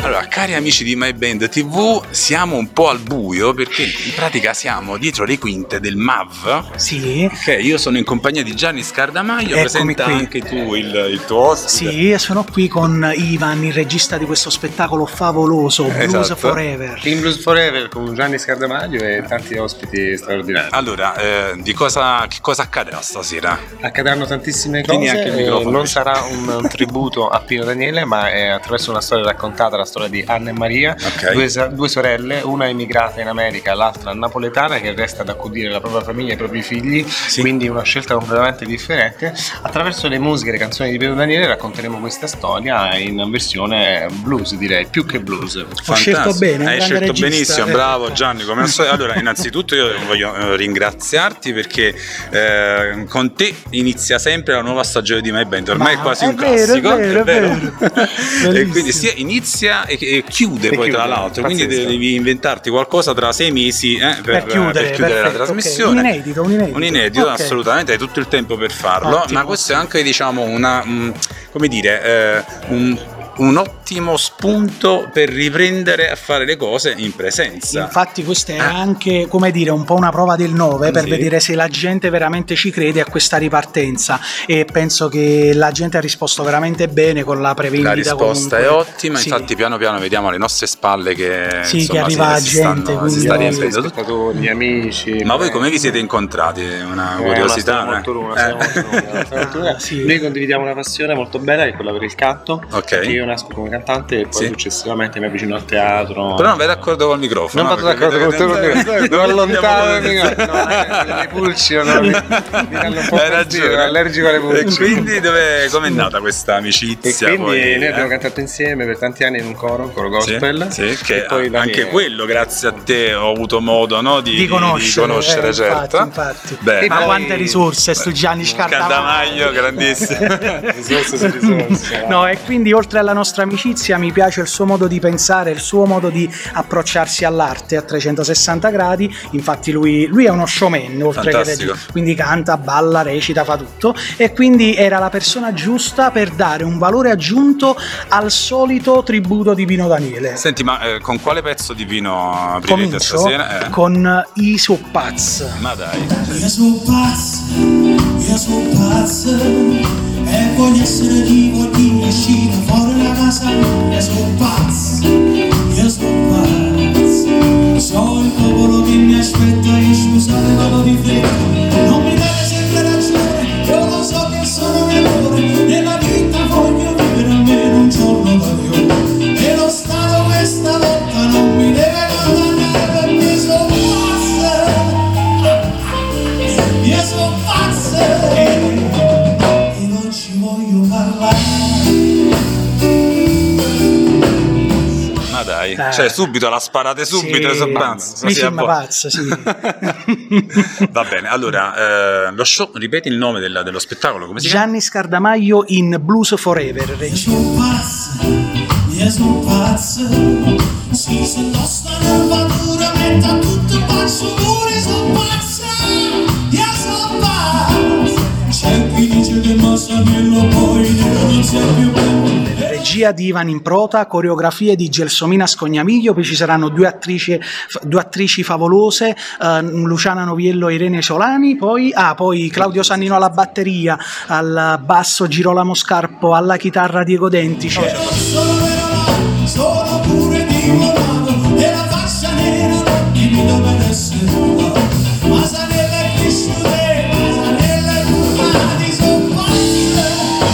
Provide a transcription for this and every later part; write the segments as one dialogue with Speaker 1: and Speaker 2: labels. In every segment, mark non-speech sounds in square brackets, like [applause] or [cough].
Speaker 1: Allora, cari amici di My Band TV, siamo un po' al buio perché in pratica siamo dietro le quinte del MAV.
Speaker 2: Sì,
Speaker 1: Ok, io sono in compagnia di Gianni Scardamaglio,
Speaker 2: Eccomi
Speaker 1: presenta
Speaker 2: qui.
Speaker 1: anche tu il, il tuo ospite.
Speaker 2: sì, e sono qui con Ivan, il regista di questo spettacolo favoloso, Blues
Speaker 1: Esatto.
Speaker 2: Forever.
Speaker 3: Team Blues Forever con Gianni Scardamaglio e tanti ospiti straordinari.
Speaker 1: Allora, eh, di cosa, che cosa accadrà stasera?
Speaker 3: Accadranno tantissime
Speaker 1: Tieni
Speaker 3: cose,
Speaker 1: anche il
Speaker 3: eh,
Speaker 1: microfono.
Speaker 3: non sarà un tributo a Pino Daniele, ma è attraverso una storia raccontata, la storia di Anna e Maria,
Speaker 1: Ok.
Speaker 3: due, sa- due sorelle, una emigrata in America, l'altra napoletana che resta ad accudire la propria famiglia e i propri figli, quindi una scelta completamente differente. Attraverso le musiche e le canzoni di Pino Daniele racconteremo questa storia in versione blues, direi, più che blues.
Speaker 2: Ho scelto
Speaker 1: Fantastico.
Speaker 2: bene, un
Speaker 1: Hai
Speaker 2: grande
Speaker 1: scelto
Speaker 2: regista.
Speaker 1: benissimo, bravo Gianni. Come al
Speaker 2: [laughs]
Speaker 1: solito. Allora, innanzitutto io voglio eh, ringraziarti perché eh, con te inizia sempre la nuova stagione di My Band. Ormai
Speaker 2: Ma-
Speaker 1: è quasi
Speaker 2: è
Speaker 1: un
Speaker 2: vero, è
Speaker 1: classico,
Speaker 2: vero,
Speaker 1: è
Speaker 2: è
Speaker 1: vero.
Speaker 2: vero.
Speaker 1: [laughs] e
Speaker 2: Bellissimo.
Speaker 1: quindi sia inizia e, e chiude
Speaker 3: E
Speaker 1: poi
Speaker 3: chiude,
Speaker 1: tra l'altro. Quindi
Speaker 3: pazzesco.
Speaker 1: devi inventarti qualcosa tra sei mesi eh, per,
Speaker 2: Per chiudere,
Speaker 1: per chiudere la
Speaker 2: perfetto, ok.
Speaker 1: trasmissione.
Speaker 2: Un inedito, un inedito.
Speaker 1: Un inedito,
Speaker 2: Ok.
Speaker 1: assolutamente, hai tutto il tempo per farlo.
Speaker 2: Ottimo.
Speaker 1: Ma questo è anche, diciamo, una. mh, come dire, eh, un, un ottimo spunto per riprendere a fare le cose in presenza.
Speaker 2: Infatti questa è anche, come dire, un po' una prova del 9 per
Speaker 1: Ah. Sì.
Speaker 2: vedere se la gente veramente ci crede a questa ripartenza e penso che la gente ha risposto veramente bene con la prevendita.
Speaker 1: La risposta è
Speaker 2: comunque.
Speaker 1: ottima,
Speaker 2: Sì.
Speaker 1: infatti piano piano vediamo alle nostre spalle che,
Speaker 2: Sì,
Speaker 1: insomma,
Speaker 2: che arriva
Speaker 1: si, si
Speaker 2: gente,
Speaker 1: stanno, si
Speaker 2: quindi
Speaker 1: sta
Speaker 2: noi-
Speaker 1: riempiendo tutto.
Speaker 3: spettatori, gli amici.
Speaker 1: Ma voi come vi
Speaker 3: eh,
Speaker 1: siete incontrati? Una
Speaker 3: Eh,
Speaker 1: curiosità?
Speaker 3: Una
Speaker 1: eh?
Speaker 3: storia molto lunga, una storia molto lunga, una storia molto lunga.
Speaker 2: Ah, sì.
Speaker 3: Noi condividiamo una passione molto bella che è quella per il canto.
Speaker 1: Ok.
Speaker 3: Perché io nasco come cantante e poi
Speaker 1: Sì.
Speaker 3: successivamente mi avvicino al teatro.
Speaker 1: Però non vai d'accordo col microfono.
Speaker 3: Non vado
Speaker 1: Perché
Speaker 3: d'accordo
Speaker 1: vedo
Speaker 3: col
Speaker 1: che-
Speaker 3: microfono.
Speaker 1: Non
Speaker 3: Non
Speaker 1: allontanarmi.
Speaker 3: allontanarmi, no, eh, le pulci, no, mi- mi danno un po'
Speaker 1: Hai
Speaker 3: fastidio,
Speaker 1: ragione.
Speaker 3: sono allergico alle pulci.
Speaker 1: E quindi dove, com'è nata questa
Speaker 3: E
Speaker 1: amicizia?
Speaker 3: quindi
Speaker 1: poi,
Speaker 3: noi
Speaker 1: eh?
Speaker 3: abbiamo cantato insieme per tanti anni in un coro, un coro
Speaker 1: Sì,
Speaker 3: gospel.
Speaker 1: sì, che
Speaker 3: E poi la
Speaker 1: anche
Speaker 3: mia- [laughs]
Speaker 1: quello grazie a te ho avuto modo no, di,
Speaker 2: di conoscere,
Speaker 1: di conoscere,
Speaker 2: eh, infatti,
Speaker 1: certo.
Speaker 2: infatti.
Speaker 1: Bene.
Speaker 3: E
Speaker 2: Ma
Speaker 3: poi-
Speaker 2: quante risorse sto Gianni
Speaker 1: Scardamaglio,
Speaker 2: Scardamaglio
Speaker 1: grandissimo.
Speaker 2: [laughs]
Speaker 1: [laughs]
Speaker 3: Risorse su risorse.
Speaker 2: No, e quindi oltre alla nostra amicizia mi piace il suo modo di pensare, il suo modo di approcciarsi all'arte a 360 gradi. Infatti lui, lui è uno showman, oltre che
Speaker 1: Fantastico.
Speaker 2: regista, quindi canta, balla, recita, fa tutto e quindi era la persona giusta per dare un valore aggiunto al solito tributo di Pino Daniele.
Speaker 1: Senti, ma eh, con quale pezzo di vino aprirete
Speaker 2: Comincio
Speaker 1: stasera? Eh?
Speaker 2: con i Suppaz.
Speaker 1: Ma dai.
Speaker 4: Io sono pazzo, io sono pazzo E voglio essere tipo di uscire fuori la casa Io sono pazzo, io sono pazzo Sono il popolo che mi aspetta e scusate ma lo vi fretta Non mi date sempre ragione, io lo so che sono un errore Nella vita voglio vivere almeno un giorno da Dio E lo Stato questa volta non mi deve condannare perché sono pazzo io sono pazzo e non ci voglio parlare.
Speaker 1: Ma dai,
Speaker 2: Eh.
Speaker 1: cioè subito la sparate subito
Speaker 2: Sì,
Speaker 1: su Banz,
Speaker 2: Mi
Speaker 1: così a
Speaker 2: sembra
Speaker 1: bo-
Speaker 2: pazzo, sì.
Speaker 1: [laughs]
Speaker 2: [laughs]
Speaker 1: Va bene, allora eh, lo show, ripeti il nome della- dello spettacolo, come si
Speaker 2: Gianni Scardamaglio in Blues Forever,
Speaker 4: Io
Speaker 2: regista.
Speaker 4: sono pazzo, io sono pazzo. Sì, se tosta non va dura, metto a tutto pazzo pure, sono pazzo. Io sono pazzo. C'è chi dice che Massanello poi non sia più bello.
Speaker 2: Regia di Ivan Improta, coreografie di Gelsomina Scognamiglio, poi ci saranno due attrici, f- due attrici favolose, eh, Luciana Noviello e Irene Solani, poi, ah, poi Claudio Sannino alla batteria, al basso Girolamo Scarpo, alla chitarra Diego Dentice.
Speaker 4: Non sono vero là, sono pure dimorato E la faccia nera non chi mi doveva essere tua Ma sanella è vissuta, ma sanella è curva Di son pazzo,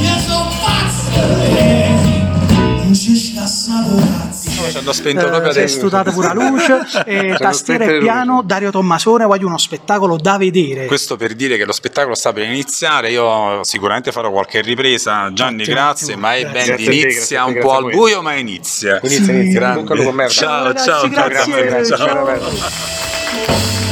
Speaker 4: io son pazzo Non ci scassato cazzo
Speaker 1: chiama? Ci hanno spento proprio
Speaker 2: Eh, si è
Speaker 1: adesso.
Speaker 2: stutata pure la
Speaker 1: [laughs]
Speaker 2: luce, eh,
Speaker 3: Sono
Speaker 2: tastiera
Speaker 3: spente
Speaker 2: e
Speaker 3: le
Speaker 2: piano,
Speaker 3: luci.
Speaker 2: Dario Tommasone, voglio uno spettacolo da vedere.
Speaker 1: Questo per dire che lo spettacolo sta per iniziare, io sicuramente farò qualche ripresa. Gianni,
Speaker 2: Ottimo,
Speaker 1: grazie,
Speaker 2: ottimo,
Speaker 1: ma è
Speaker 2: grazie.
Speaker 1: band
Speaker 3: Grazie a te, grazie a
Speaker 1: inizia
Speaker 3: te,
Speaker 1: un
Speaker 3: grazie
Speaker 1: po'
Speaker 3: a
Speaker 1: al
Speaker 3: voi.
Speaker 1: buio, ma inizia.
Speaker 3: Inizia, inizia. Bocca al lupo, merda.
Speaker 1: Ciao,
Speaker 2: Ragazzi,
Speaker 1: ciao,
Speaker 2: grazie,
Speaker 1: ciao,
Speaker 3: grazie,
Speaker 1: ciao.
Speaker 3: ciao.